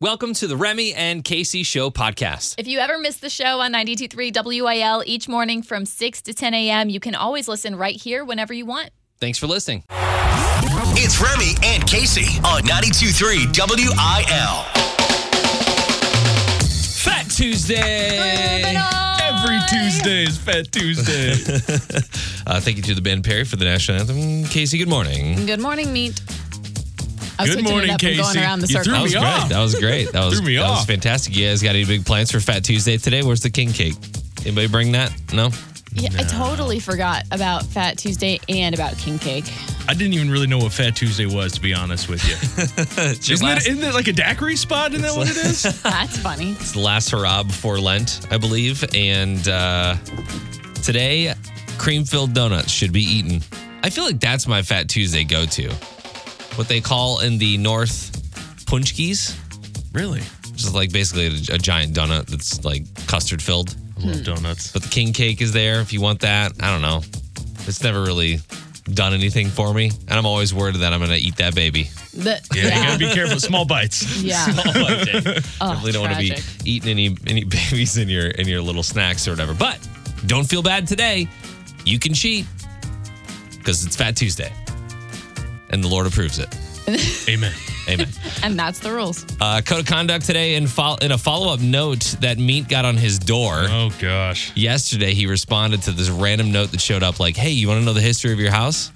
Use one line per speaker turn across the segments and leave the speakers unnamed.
Welcome to the Remy and Casey Show podcast.
If you ever miss the show on 923 WIL each morning from 6 to 10 a.m., you can always listen right here whenever you want.
Thanks for listening.
It's Remy and Casey on 92.3 WIL.
Fat Tuesday.
Every
is Fat Tuesday. uh, thank you to the band Perry for the national anthem. Casey, good morning.
Good morning, meat. I was
Good
switching it
morning,
up and
Casey.
Going around the
You threw
circle.
That was
me
great.
off.
That was great. That was,
Threw me
that was
off.
fantastic. You guys got any big plans for Fat Tuesday today? Where's the king cake? Anybody bring that? No?
Yeah, I totally forgot about Fat Tuesday and about king cake.
I didn't even really know what Fat Tuesday was, to be honest with you.
It's your
isn't,
last,
it, isn't it like a daiquiri spot? Isn't that what it is?
That's funny.
it's the last hurrah before Lent, I believe. And uh, today, cream filled donuts should be eaten. I feel like that's my Fat Tuesday go to. What they call in the North punchkies,
really?
which is like basically a, a giant donut that's like custard filled.
I love donuts.
But the king cake is there if you want that. I don't know. It's never really done anything for me. And I'm always worried that I'm going to eat that baby.
The-
Yeah, you gotta be careful. Small bites.
yeah.
Definitely don't want to be
tragic.
eating any any babies in your in your little snacks or whatever. But don't feel bad today. You can cheat because it's Fat Tuesday, and the Lord approves it.
Amen.
Amen.
And that's the rules.
uh, code of conduct today, and fol- in a follow up note that Meat got on his door.
Oh gosh.
Yesterday, he responded to this random note that showed up like, Hey, you want to know the history of your house?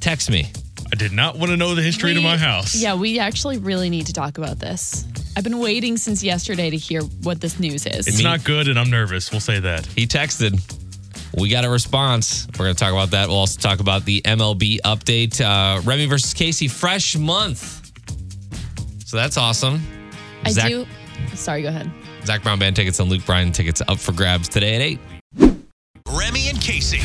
Text me.
I did not want to know the history to
We-
my house.
Yeah, we actually really need to talk about this. I've been waiting since yesterday to hear what this news is.
It's not good, and I'm nervous. We'll say that.
He texted. We got a response. We're going to talk about that. We'll also talk about the MLB update. Uh, Remy versus Casey, fresh month. So that's awesome.
I
Zach,
do. Sorry, go ahead.
Zach Brown Band tickets and Luke Bryan tickets up for grabs today at 8.
Remy and Casey.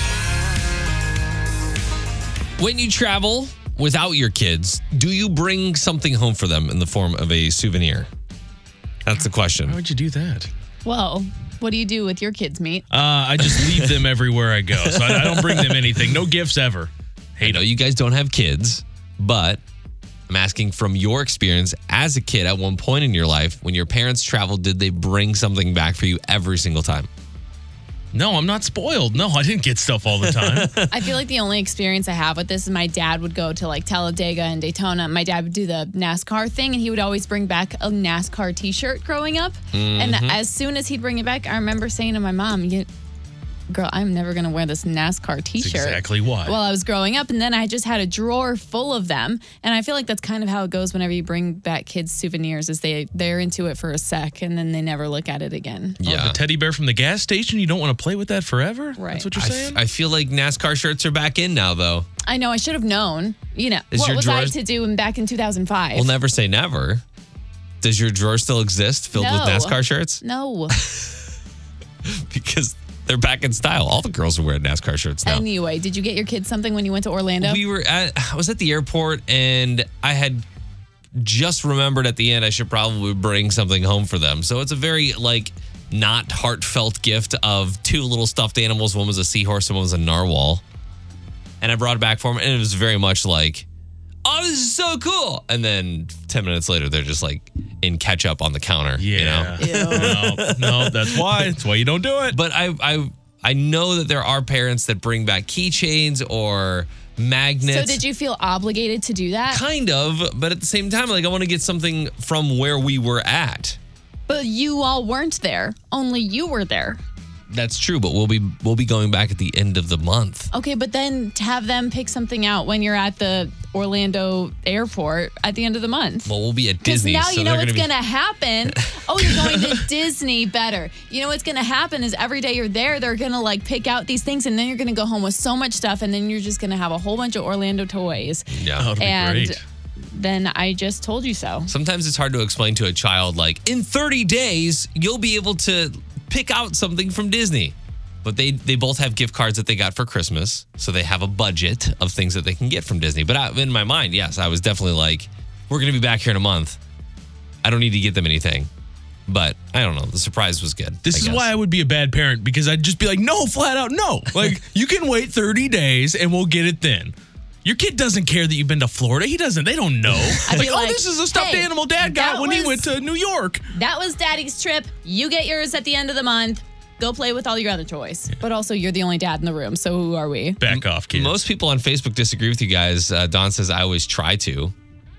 When you travel without your kids, do you bring something home for them in the form of a souvenir? That's the
Why
question.
would you do that?
Well, what do you do with your kids, mate?
Uh, I just leave them everywhere I go, so I, I don't bring them anything. No gifts ever.
I know you guys don't have kids, but I'm asking from your experience as a kid at one point in your life, when your parents traveled, did they bring something back for you every single time?
No, I'm not spoiled. No, I didn't get stuff all the time.
I feel like the only experience I have with this is my dad would go to like Talladega and Daytona. My dad would do the NASCAR thing and he would always bring back a NASCAR t shirt growing up. And
Mm-hmm.
as soon as he'd bring it back, I remember saying to my mom, "You- Girl, I'm never going to wear this NASCAR t shirt.
exactly why.
While I was growing up. And then I just had a drawer full of them. And I feel like that's kind of how it goes whenever you bring back kids souvenirs is they, they're into it for a sec and then they never look at it again.
Oh, the teddy bear from the gas station. You don't want to play with that forever.
Right.
That's what you're
I,
saying.
f- I feel like NASCAR shirts are back in now, though.
I know I should have known. You know,
Is
what
your
was I
drawers-
to do in, back in 2005?
We'll never say never. Does your drawer still exist filled with
No.
NASCAR shirts?
no.
Because they're back in style. All the girls are wearing NASCAR shirts now.
Anyway, did you get your kids something when you went to Orlando?
we were at, I was at the airport and I had just remembered at the end I should probably bring something home for them. So it's a very like not heartfelt gift of two little stuffed animals. One was a seahorse and one was a narwhal. And I brought it back for them and it was very much like, oh, this is so cool. And then 10 minutes later, they're just like in ketchup on the counter, you know?
yeah. no, no, that's why. That's why you don't do it.
but I I I know that there are parents that bring back keychains or magnets.
so did you feel obligated to do that?
Kind of, but at the same time, like I want to get something from where we were at.
But you all weren't there. Only you were there.
That's true, but we'll be we'll be going back at the end of the month.
Okay, but then to have them pick something out when you're at the Orlando airport at the end of the month.
Well, we'll be at
Because
Disney.
now
so
you know
they're
what's
gonna
going to happen. Oh, you're going to Disney better. You know what's going to happen is every day you're there, they're going to like pick out these things and then you're going to go home with so much stuff and then you're just going to have a whole bunch of Orlando toys.
be, yeah.
Oh, it'll be
and
great.
then I just told you so.
Sometimes it's hard to explain to a child like in 30 days you'll be able to pick out something from Disney. But they they both have gift cards that they got for Christmas, so they have a budget of things that they can get from Disney. But I, in my mind, yes, I was definitely like we're going to be back here in a month. I don't need to get them anything. But I don't know, the surprise was good.
This is why I would be a bad parent because I'd just be like, no, flat out, no. Like, you can wait 30 days and we'll get it then.
Your kid doesn't care that you've been to Florida. He doesn't. They don't know.
I'd
like,
be
oh,
like,
this is a stuffed
"Hey,
animal dad got
that
when he
was-
went to New York.
That was daddy's trip. You get yours at the end of the month. Go play with all your other toys. But also, you're the only dad in the room, so who are we?
Back off, kid.
Most people on Facebook disagree with you guys. Uh, Don says, I always try to.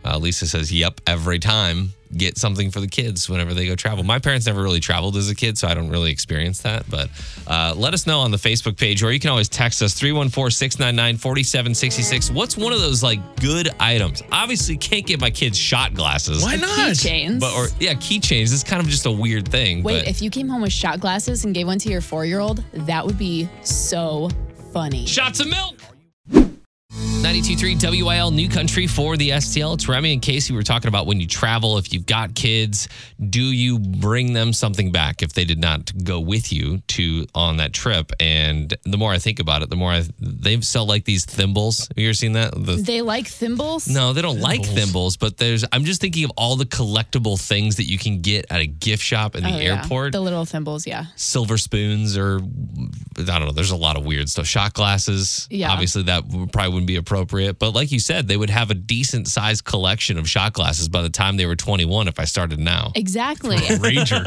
Uh, Lisa says, yep, every time. Get something for the kids whenever they go travel. My parents never really traveled as a kid, so I don't really experience that. But uh, let us know on the Facebook page, or you can always text us 314 699 4766. What's one of those like good items? Obviously, can't get my kids shot glasses.
Why not?
Keychains.
But, or, yeah, keychains. It's kind of just a weird thing.
Wait,
but-
if you came home with shot glasses and gave one to your four year old, that would be so funny.
Shots of milk. 92.3 WIL New Country for the STL. It's Remy and Casey. We were talking about when you travel, if you've got kids, do you bring them something back if they did not go with you to on that trip? And the more I think about it, the more I they sell like these thimbles. Have you ever seen that? The
They like thimbles?
no, they don't like thimbles, but there's. I'm just thinking of all the collectible things that you can get at a gift shop in the
Oh, yeah.
airport
The little thimbles, yeah.
silver spoons or I don't know. There's a lot of weird stuff. Shot glasses.
Yeah.
Obviously, that w- probably wouldn't be appropriate. But like you said, they would have a decent sized collection of shot glasses by the time they were 21 if I started now.
Exactly.
Ranger.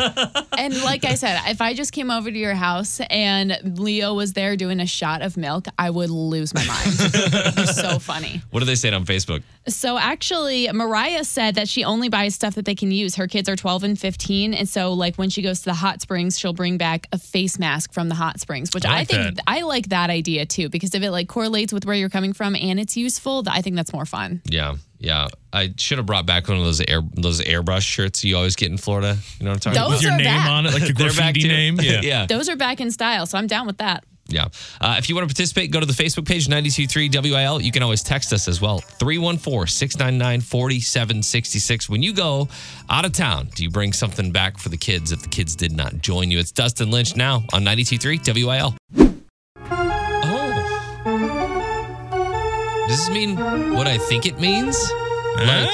and like I said, if I just came over to your house and Leo was there doing a shot of milk, I would lose my mind. It's so funny.
What do they say on Facebook?
So actually, Mariah said that she only buys stuff that they can use. Her kids are 12 and 15, and so like when she goes to the hot springs, she'll bring back a face mask from the hot springs, which I,
like
think
that.
I like that idea too because if it like correlates with where you're coming from and it's useful, th- I think that's more fun.
Yeah. Yeah. I should have brought back one of those air those airbrush shirts you always get in Florida. You know what I'm talking
Those
about?
Your
are
name
back.
on it, like the
They're
graffiti
too.
name. Yeah.
yeah.
Those are back in style, so I'm down with that.
Yeah. Uh, if you want to participate, go to the Facebook page, 923 WIL. You can always text us as well, 314 699 4766. When you go out of town, do you bring something back for the kids if the kids did not join you? It's Dustin Lynch now on 923 WIL. Oh. Does this mean what I think it means?
Huh?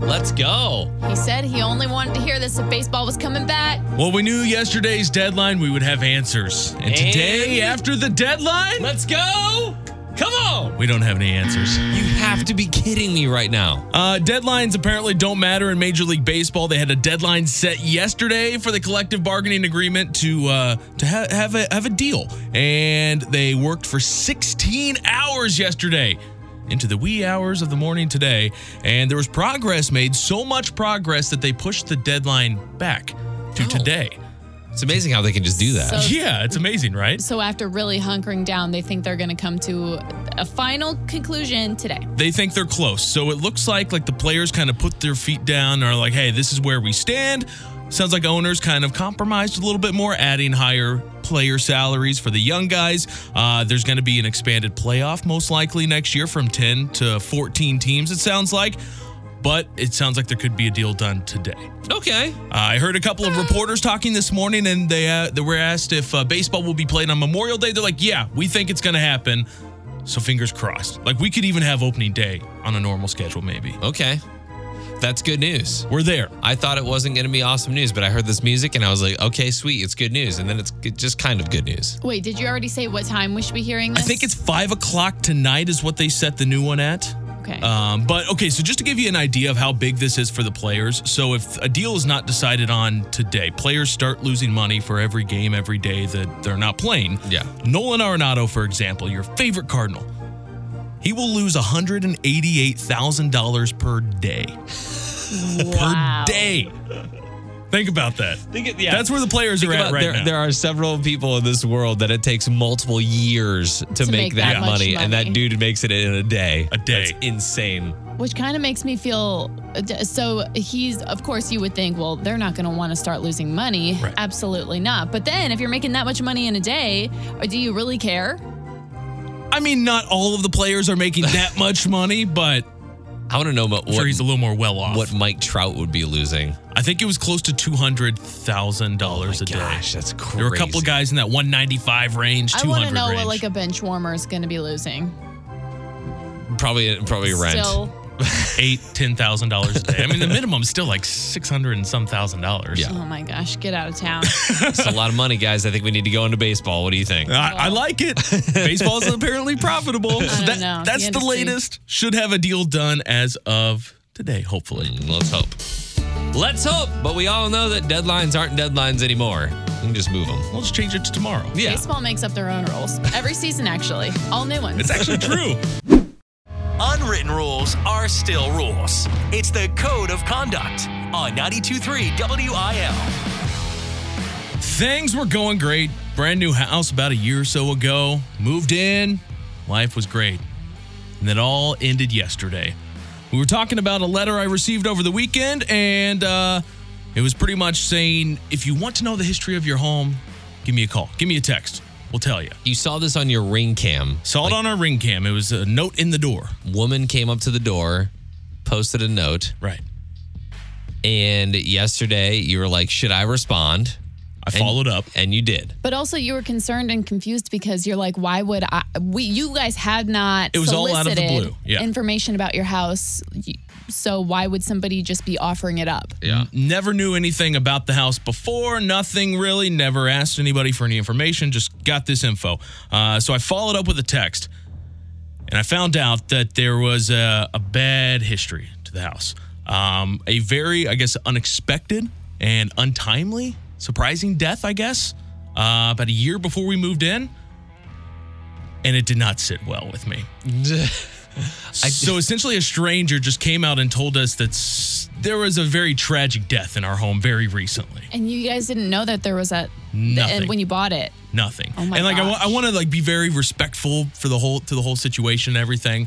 Let's go.
He said he only wanted to hear this if baseball was coming back.
Well, we knew yesterday's deadline we would have answers. And, today,
And-
after the deadline,
Let's go. Come on.
we don't have any answers.
You have to be kidding me right now.
Uh, deadlines apparently don't matter in Major League Baseball. They had a deadline set yesterday for the collective bargaining agreement to uh, to ha- have a have a deal, and they worked for 16 hours yesterday into the wee hours of the morning today, and there was progress made. So much progress that they pushed the deadline back to today.
It's amazing how they can just do that.
So-
Yeah, it's amazing, right?
So after really hunkering down, they think they're going to come to a final conclusion today.
they think they're close. So it looks like like the players kind of put their feet down and are like, hey, this is where we stand. Sounds like owners kind of compromised a little bit more, adding higher player salaries for the young guys. Uh, there's going to be an expanded playoff most likely next year from 10 to 14 teams, it sounds like. But it sounds like there could be a deal done today.
okay.
Uh, I heard a couple of reporters talking this morning, and they, uh, they were asked if uh, baseball will be played on Memorial Day. They're like, "Yeah, we think it's going to happen." So fingers crossed. Like we could even have opening day on a normal schedule, maybe.
Okay. That's good news.
We're there.
I thought it wasn't going to be awesome news, but I heard this music and I was like, okay, sweet, it's good news. And then it's it's just kind of good news.
Wait, did you already say what time we should be hearing
I
this?
think it's five o'clock tonight is what they set the new one at.
okay.
Um, but okay, so just to give you an idea of how big this is for the players. So if a deal is not decided on today, players start losing money for every game every day that they're not playing.
Yeah.
Nolan Arenado, for example, your favorite Cardinal, he will lose $188,000 per day.
wow.
Per day. Think about that.
yeah.
That's where the players are at
But
right
there,
now.
there are several people in this world that it takes multiple years to, make,
make
that,
that much
money, and
money.
that dude makes it in a day.
A day.
That's insane.
Which kind of makes me feel so he's, of course, you would think, well, they're not going to want to start losing money.
Right.
Absolutely not. But then if you're making that much money in a day, or do you really care?
I mean, not all of the players are making that much money, but
I want to know about
I'm sure he's a
what,
little more well off.
what Mike Trout would be losing.
I think it was close to two hundred thousand dollars a day.
Oh Gosh, that's crazy.
There were a couple of guys in that one ninety five range,
I
two
want
hundred
to know
range.
what like a bench warmer is going to be losing.
Probably, probably rent.
Still,
eight, ten thousand dollars a day. I mean, the minimum's still like six hundred and some thousand dollars.
Yeah.
Oh my gosh, get out of town.
It's a lot of money, guys. I think we need to go into baseball. What do you think?
I, I like it. Baseball is apparently profitable. So
don't
that-
know.
That's
The
the,
industry.
latest. Should have a deal done as of today, hopefully.
Let's hope. Let's hope. But we all know that deadlines aren't deadlines anymore. We can just move them.
We'll just change it to tomorrow.
Yeah.
Baseball makes up their own rules. Every season, actually. All new ones.
It's actually true.
Unwritten rules are still rules. It's the code of conduct on 92.3 WIL.
Things were going great. Brand new house about a year or so ago. Moved in. Life was great. And it all ended yesterday. We were talking about a letter I received over the weekend, and uh, it was pretty much saying if you want to know the history of your home, give me a call, give me a text. We'll tell you.
You saw this on your ring cam.
Saw it on our ring cam. It was a note in the door.
Woman came up to the door, posted a note,
Right.
and yesterday you were like, "Should I respond?"
I followed up.
And you did.
But also, you were concerned and confused because you're like, why would I? We, you guys had not
It was all out of
solicited
the blue. Yeah.
information about your house. You- So why would somebody just be offering it up?
Yeah.
Never knew anything about the house before, nothing really. Never asked anybody for any information, just got this info. Uh, so I followed up with a text and I found out that there was a, a bad history to the house. Um, a very, I guess, unexpected and untimely, surprising death, I guess, uh, about a year before we moved in. And it did not sit well with me. so essentially, a stranger just came out and told us that s- there was a very tragic death in our home very recently.
And you guys didn't know that there was that
Nothing.
and when you bought it.
Nothing.
Oh my
and like I
gosh.
want to like be very respectful for the whole to the whole situation and everything.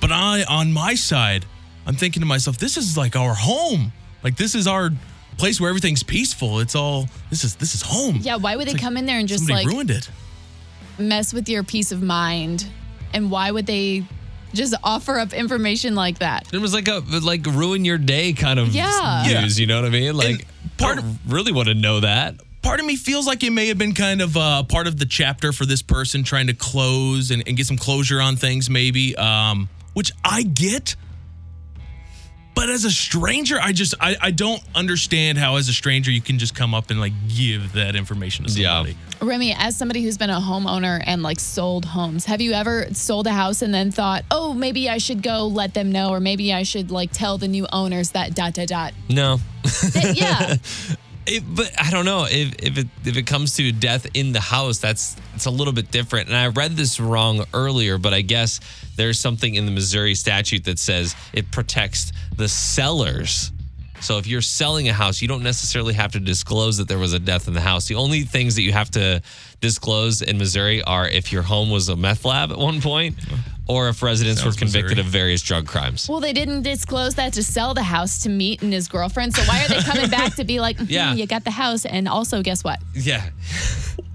But I on my side, I'm thinking to myself, this is like our home. Like this is our place where everything's peaceful. It's all this is this is home.
Yeah, why would they come in there and just
Somebody
like
ruined it.
mess with your peace of mind? And why would they just offer up information like that?
It was like a like ruin your day kind of
Yeah.
Yeah.
news. You know what I mean? Like,
part
part really want to know that.
Part of me feels like it may have been kind of uh, part of the chapter for this person trying to close and, and get some closure on things, maybe. Um, which I get. But as a stranger, I just I, I don't understand how as a stranger you can just come up and like give that information to
Yeah.
somebody.
Remy, as somebody who's been a homeowner and like sold homes, have you ever sold a house and then thought, oh, maybe I should go let them know, or maybe I should like tell the new owners that dot, dot, dot?
No.
That- yeah.
It, but I don't know if if it if it comes to death in the house, that's it's a little bit different. And I read this wrong earlier, but I guess there's something in the Missouri statute that says it protects the sellers. So if you're selling a house, you don't necessarily have to disclose that there was a death in the house. The only things that you have to disclose in Missouri are if your home was a meth lab at one point, or if residents were
Sounds
convicted
Missouri.
of various drug crimes.
Well, they didn't disclose that to sell the house to meet and his girlfriend. So why are they coming back to be like, mhm,
Yeah.
you got the house? And also, guess what?
Yeah,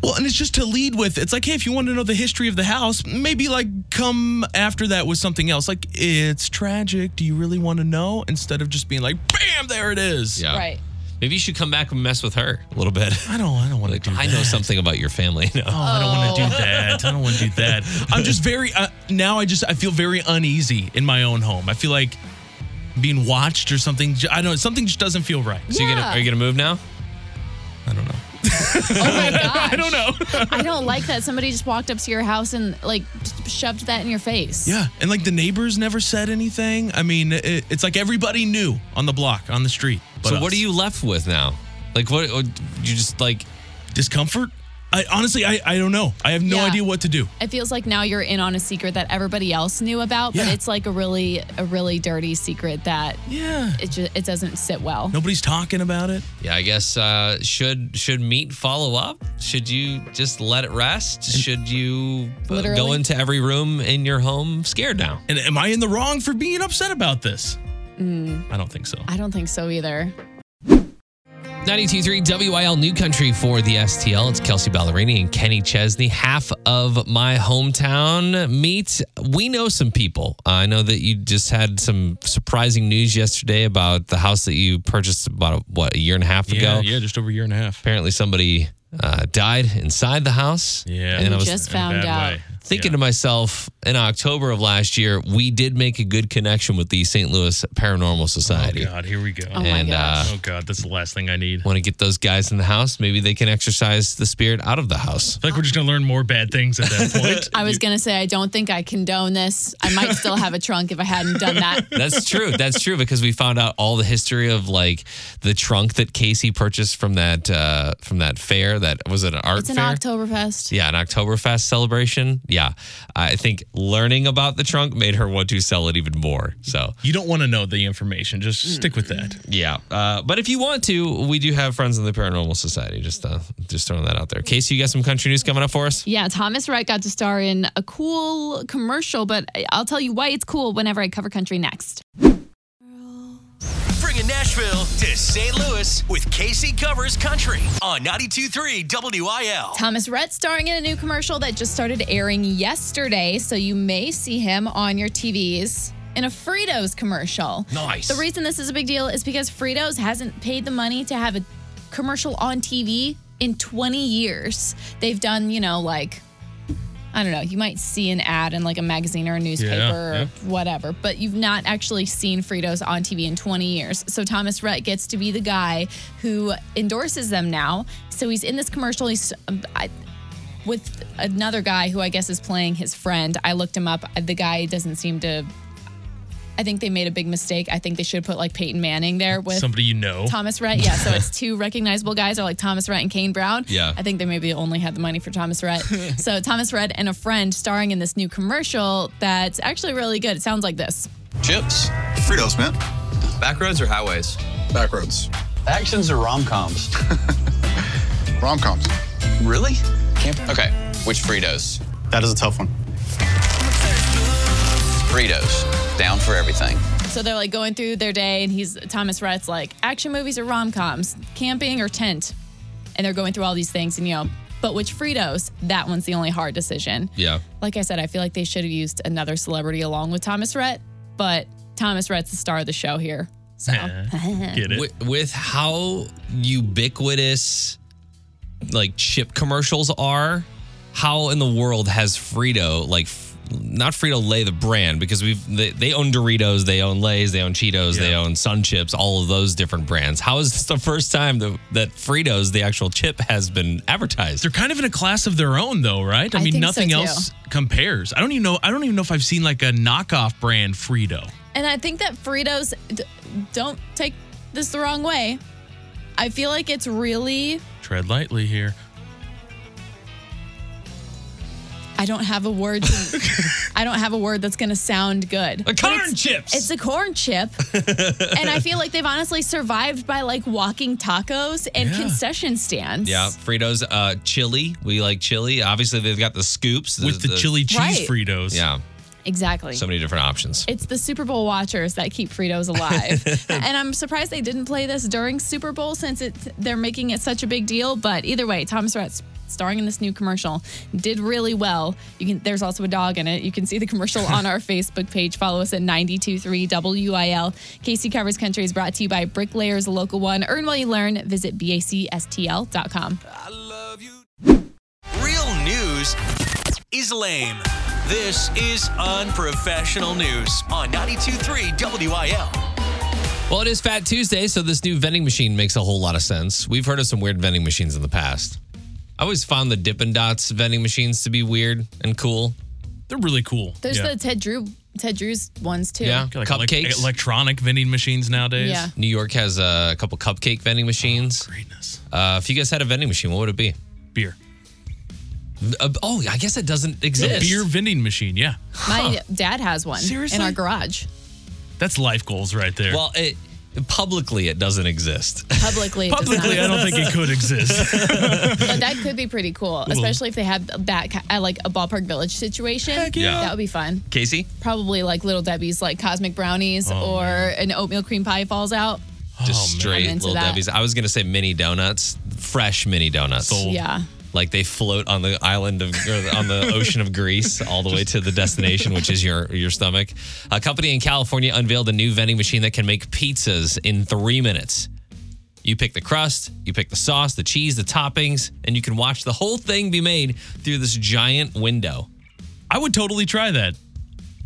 Well, and it's just to lead with. It's like, hey, if you want to know the history of the house, maybe like come after that with something else. Like, it's tragic. Do you really want to know? Instead of just being like, bam, there it is.
yeah.
Right.
Maybe you should come back and mess with her a little bit.
I don't. I don't want to do.
I
that.
know something about your family. No.
Oh, I don't want to do that. I don't want to do that. I'm just very uh, now. I just I feel very uneasy in my own home. I feel like being watched or something. J- I don't. know Something just doesn't feel right.
So you gonna
Yeah.
are you gonna move now?
I don't know.
Oh my gosh. I
don't know.
I don't like that somebody just walked up to your house and like shoved that in your face.
Yeah, and like the neighbors never said anything. I mean, it, it's like everybody knew on the block, on the street. but
so
us.
what are you left with now? Like what? what- You just like
discomfort? I honestly, I I don't know. I have no
Yeah.
idea what to do.
It feels like now you're in on a secret that everybody else knew about, but
Yeah.
it's like a really, a really dirty secret that
Yeah.
it just it doesn't sit well.
Nobody's talking about it.
yeah. I guess uh, should should meet follow up? Should you just let it rest? Should you uh, go
Literally.
into every room in your home scared now?
And am I in the wrong for being upset about this? I don't think so.
Mm. I don't think so either.
923 WIL New Country for the STL. It's Kelsey Ballerini and Kenny Chesney, half of my hometown meet. We know some people. I know that you just had some surprising news yesterday about the house that you purchased about what a year and a half ago.
yeah, just over a year and a half.
Apparently, somebody uh, died inside the house.
Yeah.
and I
We
was
just found out.
thinking to myself in October of last year, we did make a good connection with the St. Louis Paranormal Society.
God, here we go.
Oh my
And, uh,
gosh.
Oh, God, that's the last thing I need. I
Want to get those guys in the house? Maybe they can exercise the spirit out of the house.
feel like we're just going to learn more bad things at that point.
I was going to say, I don't think I condone this. I might still have a trunk if I hadn't done that.
That's true. That's true because we found out all the history of like the trunk that Casey purchased from that uh from that fair. That was it an art
It's an
fair?
Oktoberfest.
yeah, an Oktoberfest celebration. Yeah. I think learning about the trunk made her want to sell it even more. So,
You don't want to know the information. Just stick with that.
yeah. Uh, but if you want to, we do have friends in the Paranormal Society. Just uh, just throwing that out there. Casey, you got some country news coming up for us?
Yeah, Thomas Wright got to star in a cool commercial, but I'll tell you why it's cool whenever I cover country next.
Bringing Nashville to St. Louis with Casey Covers Country on 92.3 WIL.
Thomas Rhett starring in a new commercial that just started airing yesterday, so you may see him on your TVs in a Fritos commercial.
Nice.
The reason this is a big deal is because Fritos hasn't paid the money to have a commercial on TV in 20 years. They've done, you know, like I don't know, you might see an ad in like a magazine or a newspaper or
yeah.
whatever, but you've not actually seen Fritos on TV in 20 years. So Thomas Rhett gets to be the guy who endorses them now. So he's in this commercial. He's um, I, with another guy who I guess is playing his friend. I looked him up. The guy doesn't seem to. I think they made a big mistake. I think they should put like Peyton Manning there with
Somebody you know.
Thomas Rhett. Yeah, so it's two recognizable guys are like Thomas Rhett and Kane Brown.
Yeah.
I think they maybe only had the money for Thomas Rhett. so Thomas Rhett and a friend starring in this new commercial that's actually really good. It sounds like this.
Chips,
Fritos, man.
back roads or highways?
Backroads.
Actions or rom coms?
Rom coms.
really? Can't. Okay, which Fritos?
That is a tough one.
Fritos. Down for everything.
So they're like going through their day and he's Thomas Rhett's like action movies or rom-coms, camping or tent. And they're going through all these things and you know, but which Fritos? That one's the only hard decision.
Yeah.
Like I said, I feel like they should have used another celebrity along with Thomas Rhett, but Thomas Rhett's the star of the show here. So
Get it?
With, with how ubiquitous like chip commercials are, how in the world has Frito like f- not Frito Lay the brand because we've they, they own Doritos, they own Lay's, they own Cheetos, they own Sun Chips, all of those different brands. How is this the first time that, that Fritos, the actual chip, has been advertised?
They're kind of in a class of their own, though, right? I,
I
mean,
think so,
nothing
too.
else compares. I don't even know. I don't even know if I've seen like a knockoff brand Frito.
And I think that Fritos, d- don't take this the wrong way. I feel like it's really,
Tread lightly here.
I don't have a word. To, I don't have a word that's going to sound good.
Uh,
But
corn
it's-
chips!
It's a corn chip. and I feel like they've honestly survived by like walking tacos and concession stands.
yeah, Fritos, uh, chili. We like chili. Obviously, they've got the scoops
With the, chili cheese
Right.
Fritos.
Yeah,
Exactly.
so many different options.
It's the Super Bowl watchers that keep Fritos alive. and I'm surprised they didn't play this during Super Bowl since it's they're making it such a big deal. But either way, Thomas Rhett's starring in this new commercial did really well. You can there's also a dog in it. You can see the commercial on our Facebook page. Follow us at 923 WIL. Casey Covers Country is brought to you by Bricklayers Local One. Earn while you learn. Visit BACSTL.com.
I love you. Real news is lame. This is unprofessional news on 92.3 WIL.
Well, it is Fat Tuesday, so this new vending machine makes a whole lot of sense. We've heard of some weird vending machines in the past. I always found the Dippin' Dots vending machines to be weird and cool.
They're really cool.
There's
yeah.
the Ted Drew Ted Drew's ones too.
Yeah,
Got, like,
cupcakes.
elec- electronic vending machines nowadays.
Yeah.
New York has uh, a couple cupcake vending machines.
Greatness.
Uh, if you guys had a vending machine, what would it be?
Beer.
Uh, oh, I guess it doesn't
A
exist.
beer vending machine. Yeah.
My dad has one
Seriously?
in our garage.
That's life goals right there.
Well, it publicly it doesn't exist.
Publicly, it does not
publicly, I don't think it could exist.
But that could be pretty cool, especially if they had that ki- uh, like a ballpark village situation.
yeah.
That would be fun.
Casey,
Probably like little Debbie's, like cosmic brownies,
Oh,
or an oatmeal cream pie falls out.
Oh,
just
man.
straight
I'm into
little
that.
Debbie's. I was gonna say mini donuts, fresh mini donuts.
Sold.
Yeah.
like they float on the island of or on the ocean of Greece all the way to the destination, which is your your stomach. A company in California unveiled a new vending machine that can make pizzas in three minutes. You pick the crust, you pick the sauce, the cheese, the toppings, and you can watch the whole thing be made through this giant window.
I would totally try that.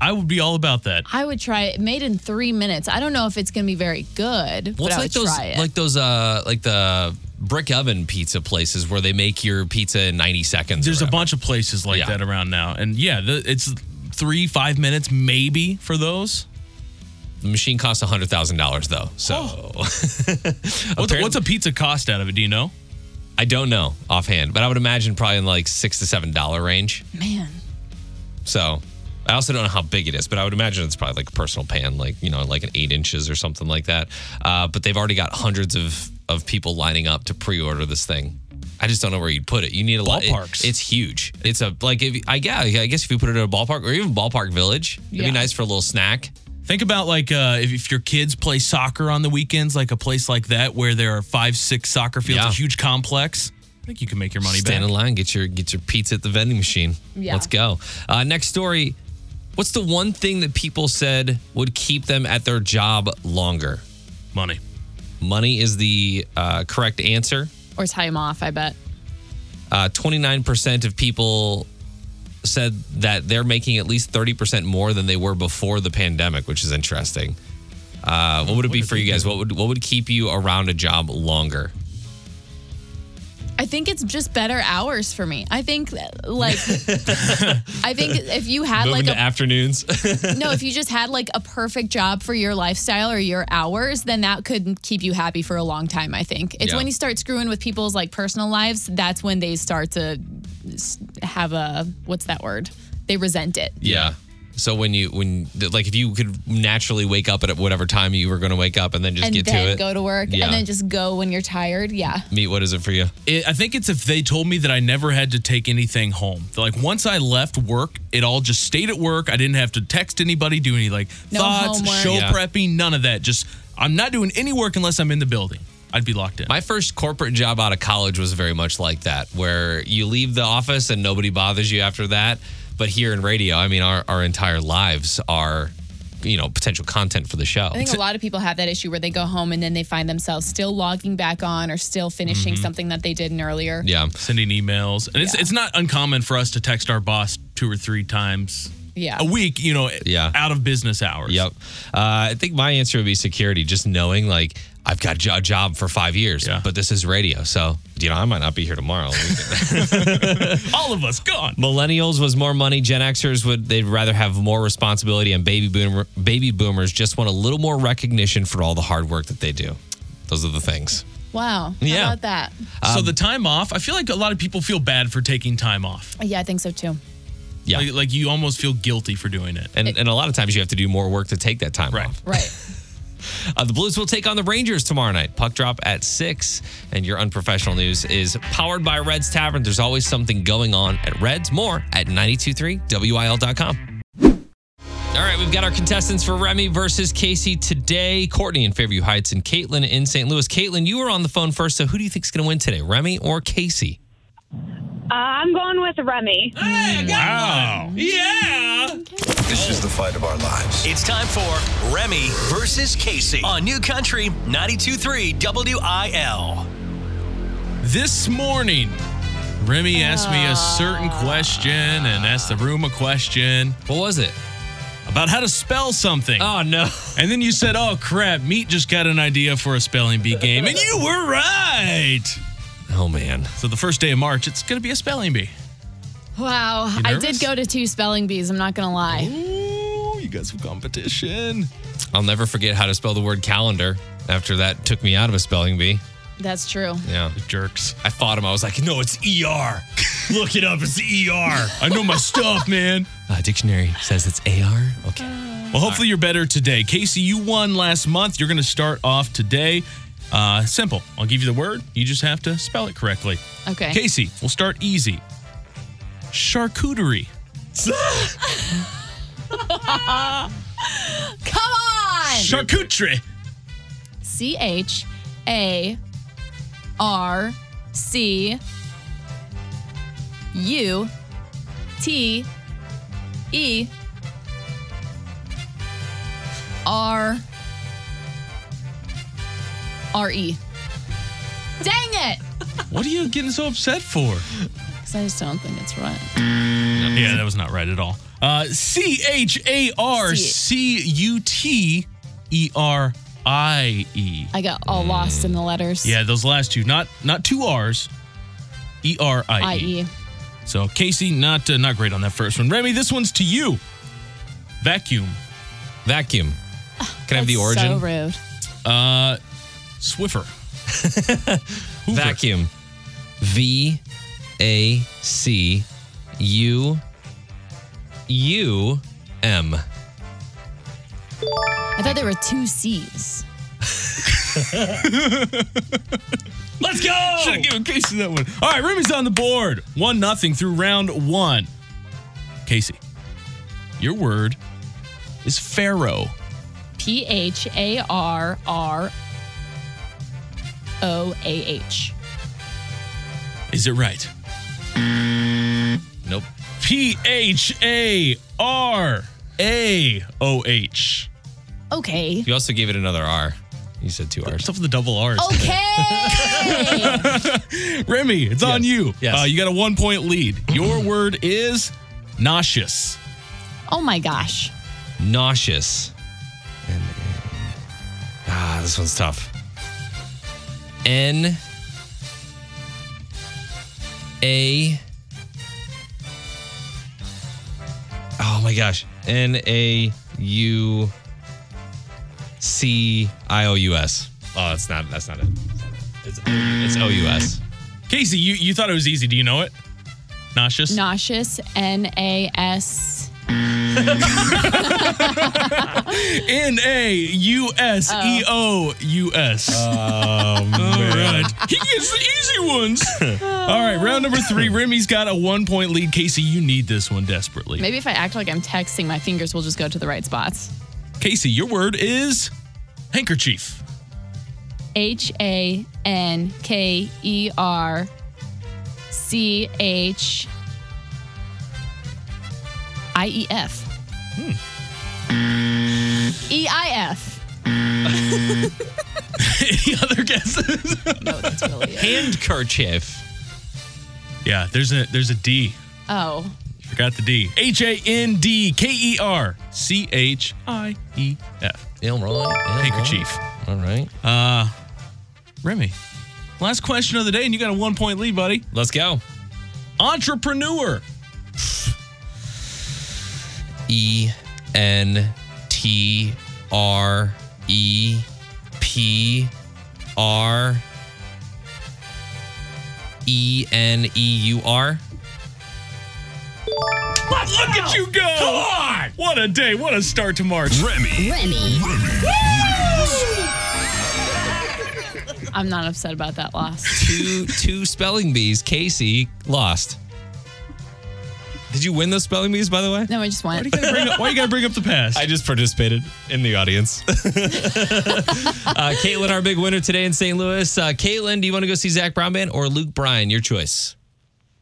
I would be all about that.
I would try it made in three minutes. I don't know if it's gonna be very good, but
What's
I would
like those
try it.
like those uh like the brick oven pizza places where they make your pizza in 90 seconds. or
There's a
whatever.
bunch of places like
Yeah.
that around now, and yeah, the, it's three five minutes maybe for those.
The machine costs $100,000 though. So
What's, what's a pizza cost out of it? Do you know?
I don't know offhand, but I would imagine probably in like 6 to 7 dollar range.
Man,
So I also don't know how big it is, but I would imagine it's probably like a personal pan, like you know, like an eight inches or something like that. Uh, but they've already got hundreds of of people lining up to pre-order this thing. I just don't know where you'd put it. You need a lot. it-
Ballparks.
it's huge. It's a like if I yeah, I guess if you put it in a ballpark or even ballpark village, it'd
Yeah.
be nice for a little snack.
Think about like uh, if, if your kids play soccer on the weekends, like a place like that where there are five six soccer fields,
Yeah.
a huge complex. I think you can make your money
Stand
back.
in line, get your get your pizza at the vending machine.
Yeah.
Let's go. Uh, next story. What's the one thing that people said would keep them at their job longer?
Money.
Money is the uh, correct answer.
or time off. I bet.
Uh, 29% of people said that they're making at least 30% more than they were before the pandemic, which is interesting. Uh, what would it be for you guys? What would what would keep you around a job longer?
I think it's just better hours for me. I think like I think if you had
Moving
like
to
a
afternoons.
no, if you just had like a perfect job for your lifestyle or your hours, then that could keep you happy for a long time. I think it's
Yeah.
when you start screwing with people's like personal lives that's when they start to s- have a what's that word? They resent it.
yeah. So when you when like if you could naturally wake up at whatever time you were going to wake up and then just
And
get
then
to it.
go to work
Yeah.
and then just go when you're tired. Yeah.
Meet what is it for you?
It, I think it's if they told me that I never had to take anything home. Like once I left work, it all just stayed at work. I didn't have to text anybody, do any like
No
thoughts,
homework.
show
Yeah.
prepping, none of that. Just I'm not doing any work unless I'm in the building. I'd be locked in.
My first corporate job out of college was very much like that, where you leave the office and nobody bothers you after that. But here in radio, I mean, our, our entire lives are, you know, potential content for the show.
I think a lot of people have that issue where they go home and then they find themselves still logging back on or still finishing something that they did in earlier.
Mm-hmm. yeah.
Sending emails, and it's it's not uncommon for us to text our boss two or three times
Yeah.
a week. You know,
Yeah.
out of business hours.
Yep. Uh, I think my answer would be security, just knowing like I've got jo- a job for five years,
Yeah.
but this is radio. So, you know, I might not be here tomorrow.
all of us gone.
Millennials was more money. Gen Xers would they'd rather have more responsibility, and baby boomer baby boomers just want a little more recognition for all the hard work that they do. Those are the things.
Wow.
Yeah.
How about that?
um,
so the time off, I feel like a lot of people feel bad for taking time off.
Yeah, I think so too.
Yeah.
Like, like you almost feel guilty for doing it.
And, and a lot of times you have to do more work to take that time
Right.
off.
Right.
Uh, the Blues will take on the Rangers tomorrow night. Puck drop at six. And your unprofessional news is powered by Reds Tavern. There's always something going on at Reds. More at 923wil.com. All right, we've got our contestants for Remy versus Casey today. Courtney in Fairview Heights and Caitlin in St. Louis. Caitlin, you were on the phone first, so who do you think's going to win today, Remy or Casey?
Uh, I'm going with Remy.
Wow.
Yeah.
This is the fight of our lives.
It's time for Remy versus Casey on New Country 923 WIL.
This morning, Remy asked me a certain question and asked the room a question
What was it?
about how to spell something.
Oh, no.
And then you said, oh crap, Meat just got an idea for a spelling bee game. And you were right.
Oh, man.
So the first day of March, it's going to be a spelling bee.
Wow.
You
I
nervous?
did go to two spelling bees. I'm not going to lie.
Ooh, you got some competition.
I'll never forget how to spell the word calendar after that took me out of a spelling bee.
That's true.
Yeah.
Jerks.
I fought him. I was like, no, it's ER.
Look it up. It's ER. I know my stuff, man.
Uh, dictionary says it's AR. Okay.
Well, hopefully you're better today. Casey, you won last month. You're going to start off today. Uh, simple. I'll give you the word. You just have to spell it correctly.
Okay.
Casey, we'll start easy. Charcuterie.
Come on.
Charcuterie.
C H A R C U T E R R E. Dang it!
What are you getting so upset for?
because I just don't think it's right.
Yeah, that was not right at all. Uh, C H A R C U T E R I E.
I got all lost in the letters.
Yeah, those last two, not not two R's. E R I E.
I.E.
So Casey, not uh, not great on that first one. Remy, this one's to you. Vacuum,
Vacuum. Can I have the
That's
origin?
So rude.
Swiffer.
Vacuum. V A C U U M.
I thought there were two C's.
Let's go.
Should have given Casey that one. All right, Remy's on the board. One nothing through round one. Casey, your word is pharaoh.
P H A R R O A H.
Is it right?
Nope.
P H A R A O H.
Okay.
You also gave it another R. You said two R's.
Stuff with the double R's.
Oh. Okay.
Remy, it's on you.
Yes.
Uh, you got a one point lead. Your word is nauseous.
oh my gosh.
Nauseous. N- Ah, this one's tough. N A. Oh my gosh. N A U C I O U S. Oh, that's not. That's not it. It's, it's O U S.
Casey, you, you thought it was easy. Do you know it? Nauseous?
Nauseous. N A S.
N A U S E O U S. Oh, man. He gets the easy ones. All right, round number three. Remy's got a one point lead. Casey, you need this one desperately.
Maybe if I act like I'm texting, my fingers will just go to the right spots.
Casey, your word is handkerchief.
H A N K E R C H I E F. E I F.
Any other guesses?
No, that's really it.
Handkerchief.
yeah, there's a there's a D.
Oh,
Forgot the D. H A N D K E R C H I E F.
Ilroy.
Handkerchief.
All right.
Remy. Last question of the day, and you got a one point lead, buddy.
Let's go.
Entrepreneur.
E N T R E P R E N E U R.
Look at you go! Come on! What a day! What a start to March!
Remy.
I'm not upset about that loss.
Two two spelling bees. Casey lost. Did you win those spelling bees, by the way?
No, I just went.
Bring up- why you gotta bring up the past?
I just participated in the audience. uh, Caitlin, our big winner today in St. Louis. Uh, Caitlin, do you want to go see Zach Brown Band or Luke Bryan? Your choice.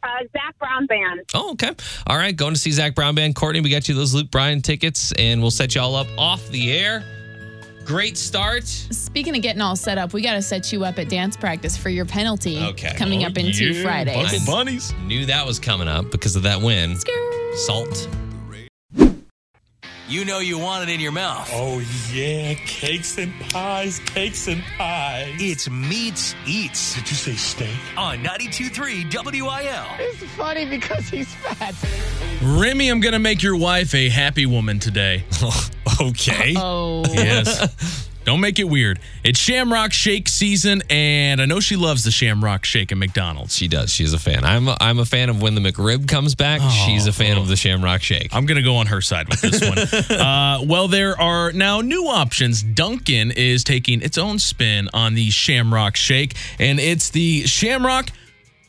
Uh, Zach Brown Band.
Oh, okay. All right. Going to see Zach Brown Band. Courtney, we got you those Luke Bryan tickets, and we'll set you all up off the air. Great start.
Speaking of getting all set up, we got to set you up at dance practice for your penalty
Okay. Oh,
coming up in two Fridays.
Buckle bunnies.
Knew that was coming up because of that win. Salt.
You know you want it in your mouth.
Oh, yeah, cakes and pies, cakes and pies.
It's Meats Eats
Did you say steak?
on 92.3 WIL.
Remy, I'm gonna make your wife a happy woman today. okay.
Oh,
Yes. Don't make it weird. It's Shamrock Shake season, and I know she loves the Shamrock Shake at McDonald's.
She does. She's a fan. I'm a, I'm a fan of when the McRib comes back. She's a fan of the Shamrock Shake.
I'm going to go on her side with this one. uh, well, there are now new options. Dunkin' is taking its own spin on the Shamrock Shake, and it's the Shamrock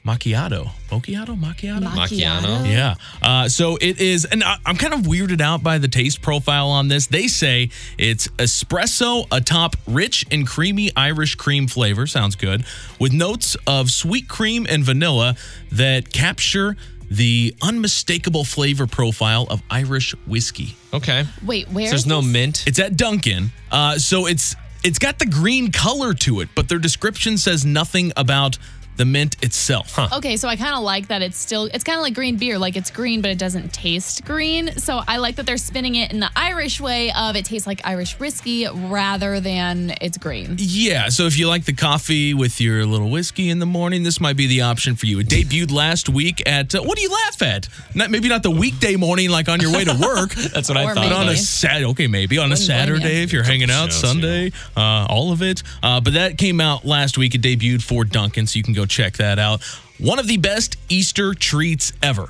Macchiato. Macchiato? Macchiato?
Macchiato.
Yeah. Uh, so it is, and I, I'm kind of weirded out by the taste profile on this. They say it's espresso atop rich and creamy Irish cream flavor. Sounds good. With notes of sweet cream and vanilla that capture the unmistakable flavor profile of Irish whiskey.
Okay.
Wait, where?
There's
is
no
this?
mint.
It's at Duncan. Uh, so it's it's got the green color to it, but their description says nothing about the mint itself. Huh.
Okay, so I kind of like that it's still, it's kind of like green beer. Like it's green, but it doesn't taste green. So I like that they're spinning it in the Irish way of it tastes like Irish whiskey rather than it's green.
Yeah, so if you like the coffee with your little whiskey in the morning, this might be the option for you. It debuted last week at uh, what do you laugh at? Not maybe not the weekday morning like on your way to work. That's
what I
Or
thought.
But on a
maybe.
Saturday, okay, maybe on a
Wouldn't blame
Saturday
you.
if you're hanging out
shows,
Sunday, uh, all of it. Uh, but that came out last week. It debuted for Duncan, so you can go check that out. One of the best Easter treats ever,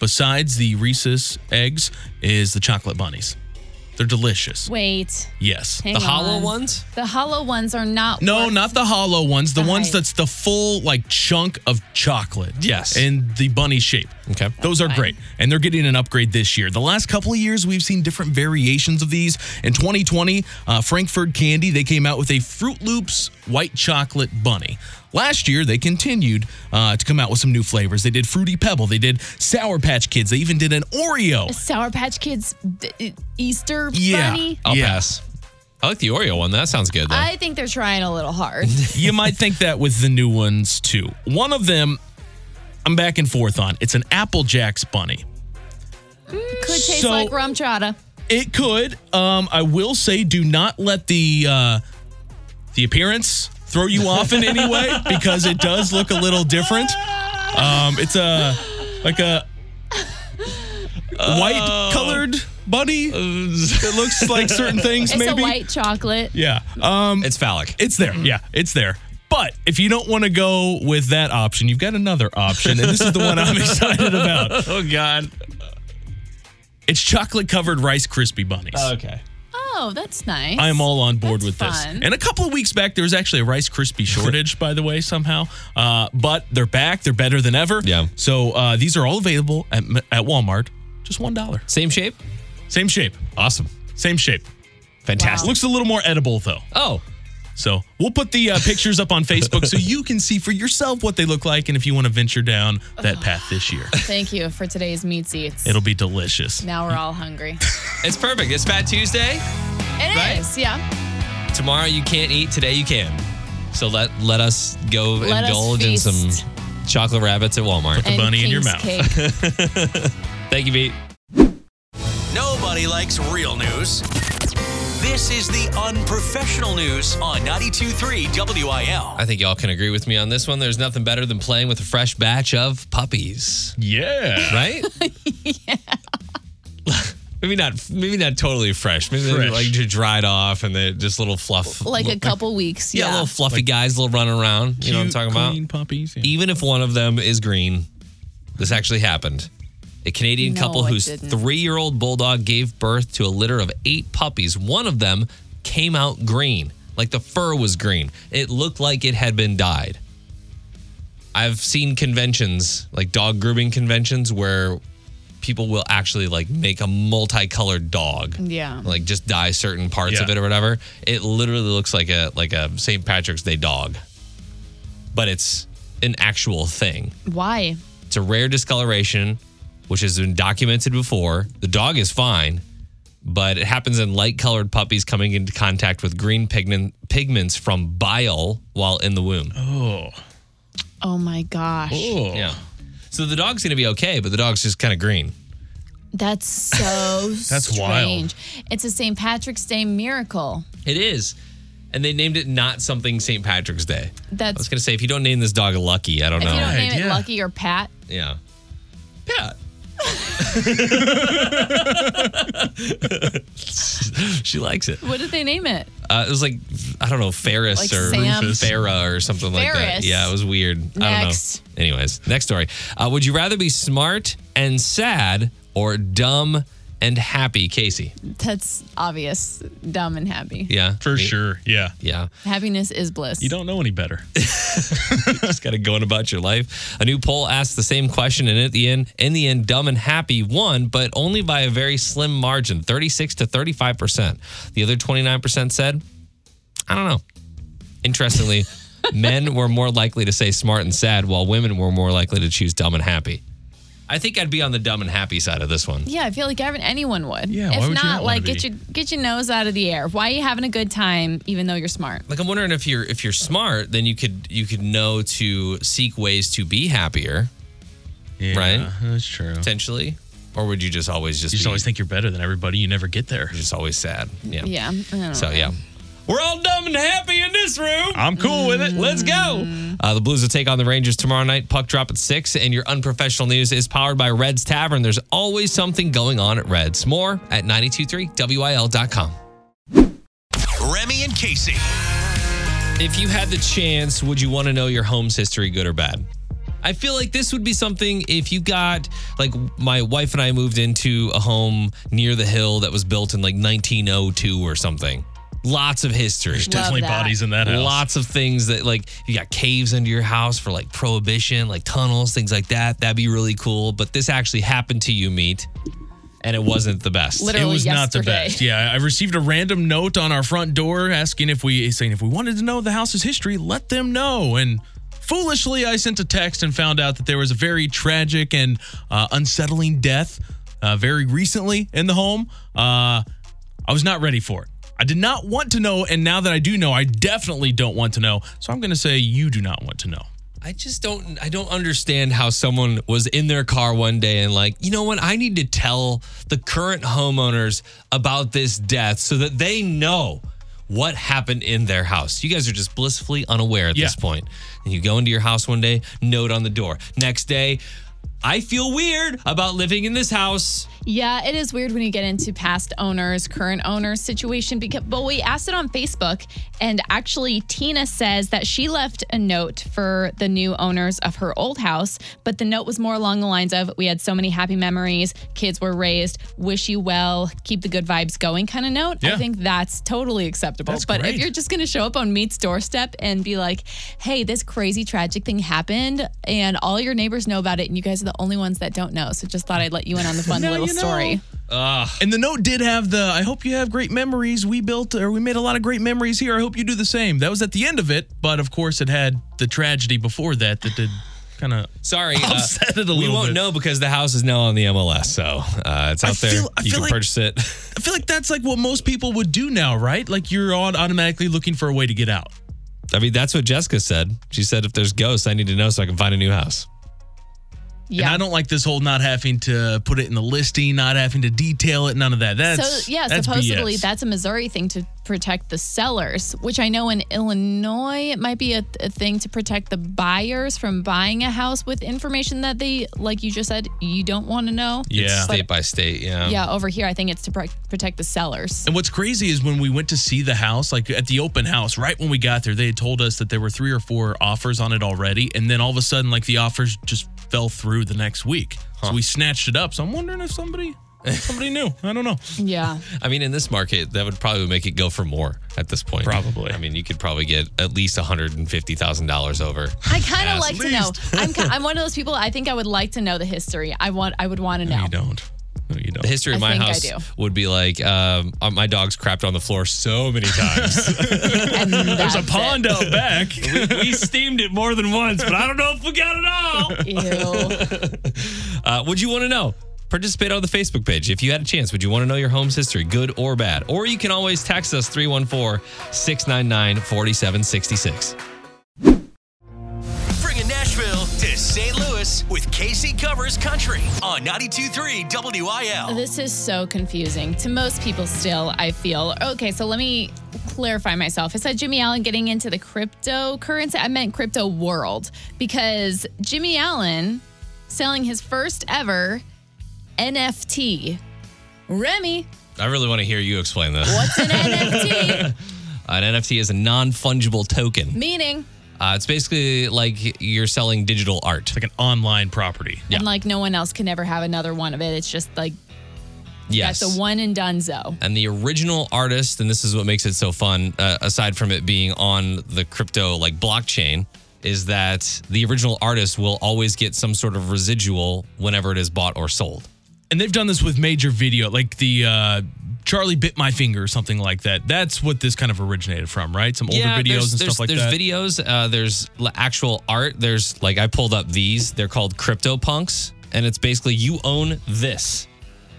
besides the Reese's eggs, is the chocolate bunnies. They're delicious.
Wait,
Yes.
hang
The
on.
hollow ones?
The hollow ones are not.
No,
worth-
not the hollow ones. The
The
ones
height.
that's the full like chunk of chocolate.
Yes.
In the bunny shape.
Okay.
Those are
fine.
great. And they're getting an upgrade this year. The last couple of years, we've seen different variations of these. In 2020, uh, Frankfurt Candy, they came out with a Fruit Loops white chocolate bunny. Last year, they continued uh, to come out with some new flavors. They did Fruity Pebble, they did Sour Patch Kids, they even did an Oreo.
Sour Patch Kids d- Easter
Yeah.
bunny.
I'll
Yeah.
pass. I like the Oreo one. That sounds good though.
I think they're trying a little hard.
you might think that with the new ones too. One of them, I'm back and forth on. It's an Apple Jacks bunny.
Could taste
So-
like rum chata.
It could. Um, I will say, do not let the uh, the appearance throw you off in any way because it does look a little different. Um, it's a like a
Uh,
white colored bunny. It looks like certain things,
It's
maybe.
a white chocolate.
yeah. Um,
it's phallic. Mm-hmm.
it's there. Yeah, it's there. But if you don't want to go with that option, you've got another option, and this is the one I'm excited about.
Oh God.
It's chocolate covered Rice Krispie bunnies.
Okay.
Oh, that's nice.
I am all on board
That's
with
fun.
this. And a couple of weeks back, there was actually a Rice Krispie shortage, by the way, somehow. Uh, but they're back. They're better than ever.
Yeah.
So uh, these are all available at, at Walmart. Just one dollar.
Same shape.
Same shape.
Awesome.
Same shape.
Fantastic.
Looks a little more edible though.
Oh,
So we'll put the uh, pictures up on Facebook so you can see for yourself what they look like, and if you want to venture down that path this year,
Thank you for today's meat seats.
it'll be delicious.
now we're all hungry.
it's perfect. It's Fat Tuesday.
It is,
Right?
yeah.
Tomorrow you can't eat. Today you can. So let let us go
Let us
indulge in
feast.
some chocolate rabbits at Walmart.
And
bunny in your
King's
mouth.
Cake.
Thank you, Pete.
Nobody likes real news. This is the unprofessional news on 92.3 WIL.
I think y'all can agree with me on this one. There's nothing better than playing with a fresh batch of puppies,
Yeah.
right? yeah. maybe not. Maybe not totally fresh. Maybe they're
Fresh.
like just dried off and they're just little fluff.
Like a
little-
couple weeks.
Yeah,
Yeah.
little fluffy guys, little run around. you know what I'm
Cute,
talking about?
clean puppies.
Mm-hmm.
yeah.
even if one of them is green, this actually happened. A Canadian
No,
couple
it
whose
didn't.
three year old bulldog gave birth to a litter of eight puppies. One of them came out green, like the fur was green. It looked like it had been dyed. I've seen conventions, like dog grooming conventions, where people will actually like make a multicolored dog.
Yeah.
Like just dye certain parts of
Yeah.
it or whatever. It literally looks like a like a St. Patrick's Day dog. But it's an actual thing.
Why?
It's a rare discoloration, which has been documented before. The dog is fine, but it happens in light colored puppies coming into contact with green pigment pigments from bile while in the womb.
Oh my gosh.
Oh.
Yeah. So the dog's gonna be okay, but the dog's just kind of green.
That's so
That's wild.
strange. It's a St. Patrick's Day miracle.
It is. And they named it not something St. Patrick's Day. I was
That's
gonna say if you don't name this dog Lucky, I don't
if
know.
you don't
Right,
name it
yeah.
Lucky or Pat,
yeah. Pat. she likes it.
what did they name it?
Uh, it was like I don't know Ferris
Like
or
Sam?
Rufus. Farah or something like that.
Ferris.
Yeah, it was weird. I don't
Next.
know. Anyways, next story. Uh, would you rather be smart and sad or dumb and happy, Casey?
That's obvious. Dumb and happy.
Yeah,
For
Me-
sure. Yeah.
Yeah.
Happiness is bliss.
You don't know any better.
just kind of going about your life. A new poll asked the same question, and at the end, in the end, dumb and happy won, but only by a very slim margin, 36 to 35 percent. The other 29 percent said, "I don't know." Interestingly, men were more likely to say smart and sad, while women were more likely to choose dumb and happy. I think I'd be on the dumb and happy side of this one.
Yeah, I feel like every- anyone would.
Yeah, why
if
would you
not,
not wanna
like get
be?
your get your nose out of the air. Why are you having a good time even though you're smart?
Like I'm wondering if you're if you're smart, then you could you could know to seek ways to be happier
Yeah,
Right.
That's true. You
potentially, or would you just always just
just
be
always think you're better than everybody. You never get there.
you're just always sad? Yeah.
Yeah. I don't
So
know.
yeah. We're all dumb and happy in this room.
I'm cool with it.
Let's go. Uh, the Blues will take on the Rangers tomorrow night. Puck drop at six. And your unprofessional news is powered by Reds Tavern. There's always something going on at Reds. More at 923wil.com.
Remy and Casey.
If you had the chance, would you want to know your home's history, good or bad? I feel like this would be something if you got, like, my wife and I moved into a home near the hill that was built in like 1902 or something. Lots of history.
There's definitely
that.
bodies in that house.
Lots of things that like you got caves under your house for like prohibition, like tunnels, things like that. That'd be really cool. But this actually happened to you, meat, and it wasn't the best.
It
Literally
was not the
yesterday.
best. Yeah, I received a random note on our front door asking if we saying if we wanted to know the house's history, let them know. And foolishly, I sent a text and found out that there was a very tragic and uh, unsettling death uh, very recently in the home. Uh, I was not ready for it. I did not want to know, and now that I do know, I definitely don't want to know. So I'm going to say you do not want to know.
I just don't I don't understand how someone was in their car one day and like, you know what, I need to tell the current homeowners about this death so that they know what happened in their house. You guys are just blissfully unaware at this
Yeah.
point. And you go into your house one day, note on the door. Next day, I feel weird about living in this house.
Yeah, it is weird when you get into past owners, current owners situation because but we asked it on Facebook and actually Tina says that she left a note for the new owners of her old house, but the note was more along the lines of we had so many happy memories, kids were raised, wish you well, keep the good vibes going kind of note.
Yeah.
I think that's totally acceptable. but
great.
if you're just going to show up on Meat's doorstep and be like, "Hey, this crazy tragic thing happened and all your neighbors know about it and you guys are the only ones that don't know." So just thought I'd let you in on the fun
Now
little
you know.
story.
And the note did have the I hope you have great memories. We built or we made a lot of great memories here. I hope you do the same. That was at the end of it, but of course it had the tragedy before that that did kind of
Sorry, uh,
upset it a little
we won't
bit.
know because the house is now on the MLS, so uh, it's out there.
feel- I
you
feel
can
like-
purchase it.
I feel like that's like what most people would do now, right? Like you're on automatically looking for a way to get out.
I mean, that's what Jessica said. She said, if there's ghosts, I need to know so I can find a new house.
Yeah.
And I don't like this whole not having to put it in the listing, not having to detail it, none of that. That's
so yeah,
that's
supposedly
BS.
that's a Missouri thing to protect the sellers, which I know in Illinois it might be a, a thing to protect the buyers from buying a house with information that they, like you just said, you don't want to know.
Yeah.
It's state by state. Yeah.
Yeah, over here I think it's to pro- protect the sellers.
And what's crazy is when we went to see the house, like at the open house, right when we got there, they had told us that there were three or four offers on it already. And then all of a sudden, like the offers just fell through the next week. So we snatched it up. So I'm wondering if somebody somebody knew. I don't know.
Yeah.
I mean, in this market, that would probably make it go for more at this point.
Probably.
I mean, you could probably get at least $150,000 over.
I kind
At
of like to know. I'm, ki- I'm one of those people. I think I would like to know the history. I want. I would want to know.
You don't. No, you don't.
The history of
I
my
think I
house
do.
would be like um, uh, my dog's crapped on the floor so many times.
And There's
There's a pond out back.
we steamed it more than once, but I don't know if we got it all.
Ew.
Uh, would you want to know? Participate on the Facebook page. If you had a chance, would you want to know your home's history, good or bad? Or you can always text us 314 699 4766.
Bringing Nashville to St. Louis with Casey Covers Country on 92.3 WIL.
This is so confusing to most people still, I feel. Okay, so let me clarify myself. I said Jimmy Allen getting into the cryptocurrency. I meant crypto world because Jimmy Allen selling his first ever NFT. Remy,
I really want to hear you explain this.
what's an NFT?
Uh, An NFT is a non fungible token.
Meaning,
Uh, it's basically like you're selling digital art.
like an online property.
and like no one else can ever have another one of it. It's just like
yes.
that's a one and done zo.
and the original artist and this is what makes it so fun uh, aside from it being on the crypto like blockchain is that the original artist will always get some sort of residual whenever it is bought or sold
and they've done this with major video like the uh Charlie bit my finger or something like that. That's what this kind of originated from, right? Some older videos
there's,
and
there's-
stuff like
there's
that.
videos uh, there's l- actual art there's like i pulled up these they're called crypto punks and it's basically you own this.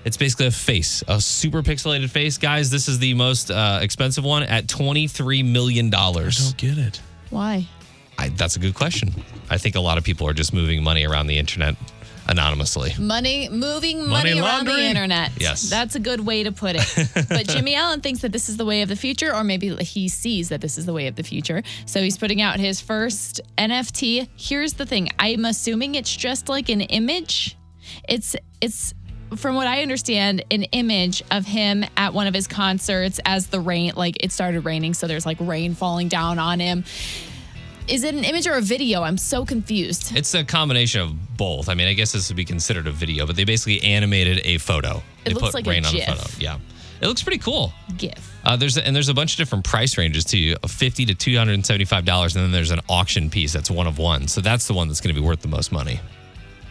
It's basically a face, a super pixelated face, guys. This is the most uh, expensive one at twenty three million dollars.
get it.
Why?
I, that's a good question. I think a lot of people are just moving money around the internet anonymously.
Money moving money,
Money
around the
laundering.
internet.
Yes.
That's a good way to put it. but Jimmy Allen thinks that this is the way of the future, or maybe he sees that this is the way of the future. So he's putting out his first NFT. Here's the thing. I'm assuming it's just like an image. It's it's from what I understand, an image of him at one of his concerts as the rain, like it started raining, so there's like rain falling down on him. Is it an image or a video? I'm so confused.
It's a combination of both. I mean, I guess this would be considered a video, but they basically animated a photo.
It
they
looks
put
like a
rain on
GIF.
a photo. Yeah, it looks pretty cool.
GIF.
Uh, there's and there's a bunch of different price ranges too, of fifty to two hundred and seventy five dollars, and then there's an auction piece that's one of one. So that's the one that's going to be worth the most money.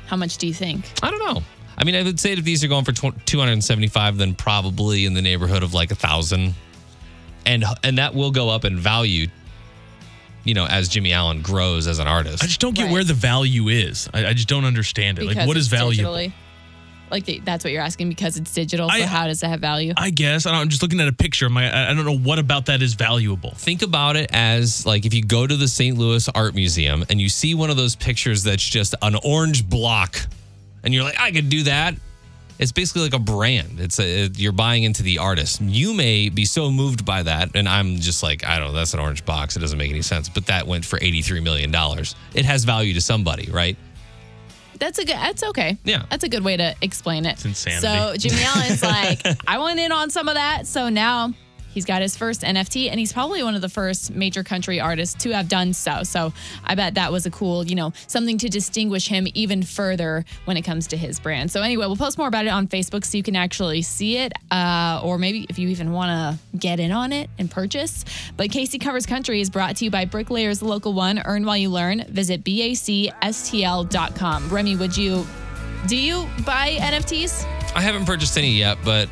How much do you think?
I don't know. I mean, I would say if these are going for two hundred and seventy five, then probably in the neighborhood of like a thousand, and and that will go up in value. You know, as Jimmy Allen grows as an artist.
I just don't get
Right.
where the value is. I, I just don't understand it. like, what
it's
is value?
digitally- Like the, that's what you're asking because it's digital. So
I-
how does it have value?
I guess I don't, I'm just looking at a picture. My I- I don't know what about that is valuable.
think about it as like if you go to the St. Louis Art Museum and you see one of those pictures that's just an orange block and you're like, I could do that. It's basically like a brand. It's a, it- you're buying into the artist. You may be so moved by that, and I'm just like, I don't know, that's an orange box. It doesn't make any sense. But that went for $83 million. It has value to somebody, right?
that's a good. That's okay.
Yeah.
that's a good way to explain it. It's
insanity.
So Jimmy Allen's like, I went in on some of that. So now he's got his first NFT, and he's probably one of the first major country artists to have done so. So I bet that was a cool, you know, something to distinguish him even further when it comes to his brand. So anyway, we'll post more about it on Facebook so you can actually see it, uh, or maybe if you even want to get in on it and purchase. But Casey Covers Country is brought to you by Bricklayers Local One. Earn while you learn. Visit bacstl.com. Remy, would you? Do you buy NFTs?
I haven't purchased any yet, but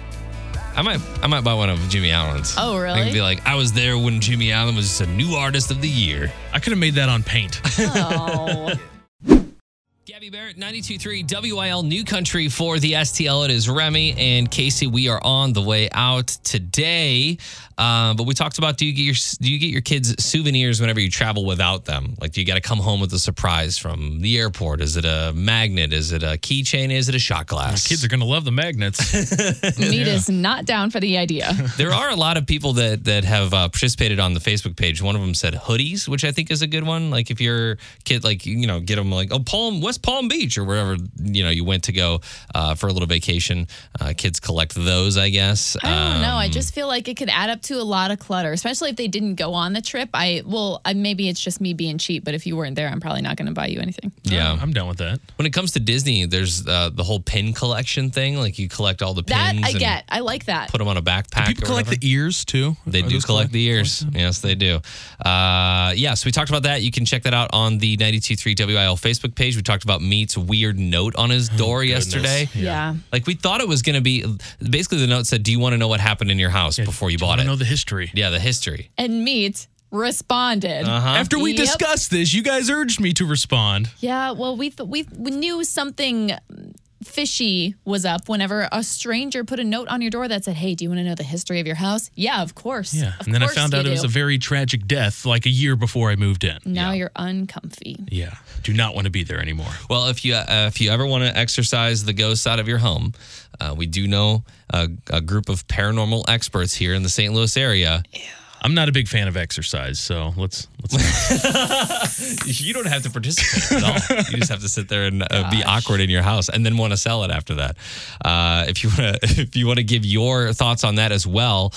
I might I might buy one of Jimmy Allen's.
Oh,
I
really?
can be like, I was there when Jimmy Allen was a new artist of the year.
I could have made that on paint.
Oh.
Gabby Barrett, 92.3 WIL New Country for the STL. It is Remy and Casey. We are on the way out today, uh, but we talked about do you get your do you get your kids souvenirs whenever you travel without them? Like, do you got to come home with a surprise from the airport? Is it a magnet? Is it a keychain? Is it a shot glass?
Kids are gonna love the magnets.
Meat is not down for the idea.
there are a lot of people that that have uh, participated on the Facebook page. One of them said hoodies, which I think is a good one. Like if your kid, like you know, get them like oh Palm West Palm Beach or wherever you know you went to go uh, for a little vacation. Uh, kids collect those, I guess. Uh,
I don't know.
Um,
I just feel like it could add up to a lot of clutter, especially if they didn't go on the trip. I well, I, maybe it's just me being cheap, but if you weren't there, I'm probably not going to buy you anything.
yeah.
I'm down with that.
When it comes to Disney, there's uh, the whole pin collection thing. Like you collect all the
That
pins.
I
and
get. I like that.
Put them on a backpack.
People
or
collect
whatever.
the ears too.
They
Are
do
those
collect, the ears. Yes, they do. Uh, yeah, so we talked about that. You can check that out on the 923 WIL Facebook page. We talked about Meat's weird note on
Oh,
his door yesterday.
yeah.
Like we thought it was going to be basically the note said, Do you want to know what happened in your house before you
I
bought
wanna
it?
know the history.
yeah, the history.
And meat responded.
After we
Yep.
discussed this, you guys urged me to respond.
Yeah. Well, we th- we we knew something fishy was up whenever a stranger put a note on your door that said, "Hey, do you want to know the history of your house?" Yeah, of course.
Yeah.
Of
and then I
course
found
you
out it was
do. Mm.
a very tragic death, like a year before I moved in.
Now you're uncomfy.
Yeah. Do not want to be there anymore.
Well, if you uh, if you ever want to exercise the ghost out of your home, uh, we do know a, a group of paranormal experts here in the St. Louis area.
I'm not a big fan of exercise, so let's let's
You don't have to participate at all. You just have to sit there and uh, be awkward in your house, and then want to sell it after that. Uh, if you want to, if you want to give your thoughts on that as well,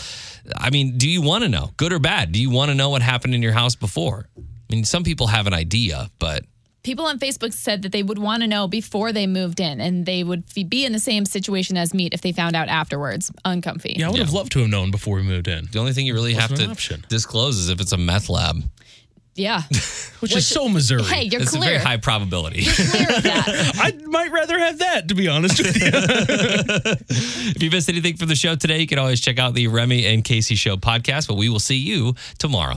I mean, do you want to know, good or bad? Do you want to know what happened in your house before? I mean, some people have an idea, but
people on Facebook said that they would want to know before they moved in, and they would f- be in the same situation as meat if they found out afterwards. Uncomfy.
Yeah, I would have loved to have known before we moved in.
the only thing you really have
Wasn't
to
an option.
disclose is if it's a meth lab.
Yeah.
Which, is so Missouri.
hey, you're
It's a
clear.
very high probability.
clear of that.
I might rather have that, to be honest with you.
If you missed anything from the show today, you can always check out the Remy and Casey Show podcast, but we will see you tomorrow.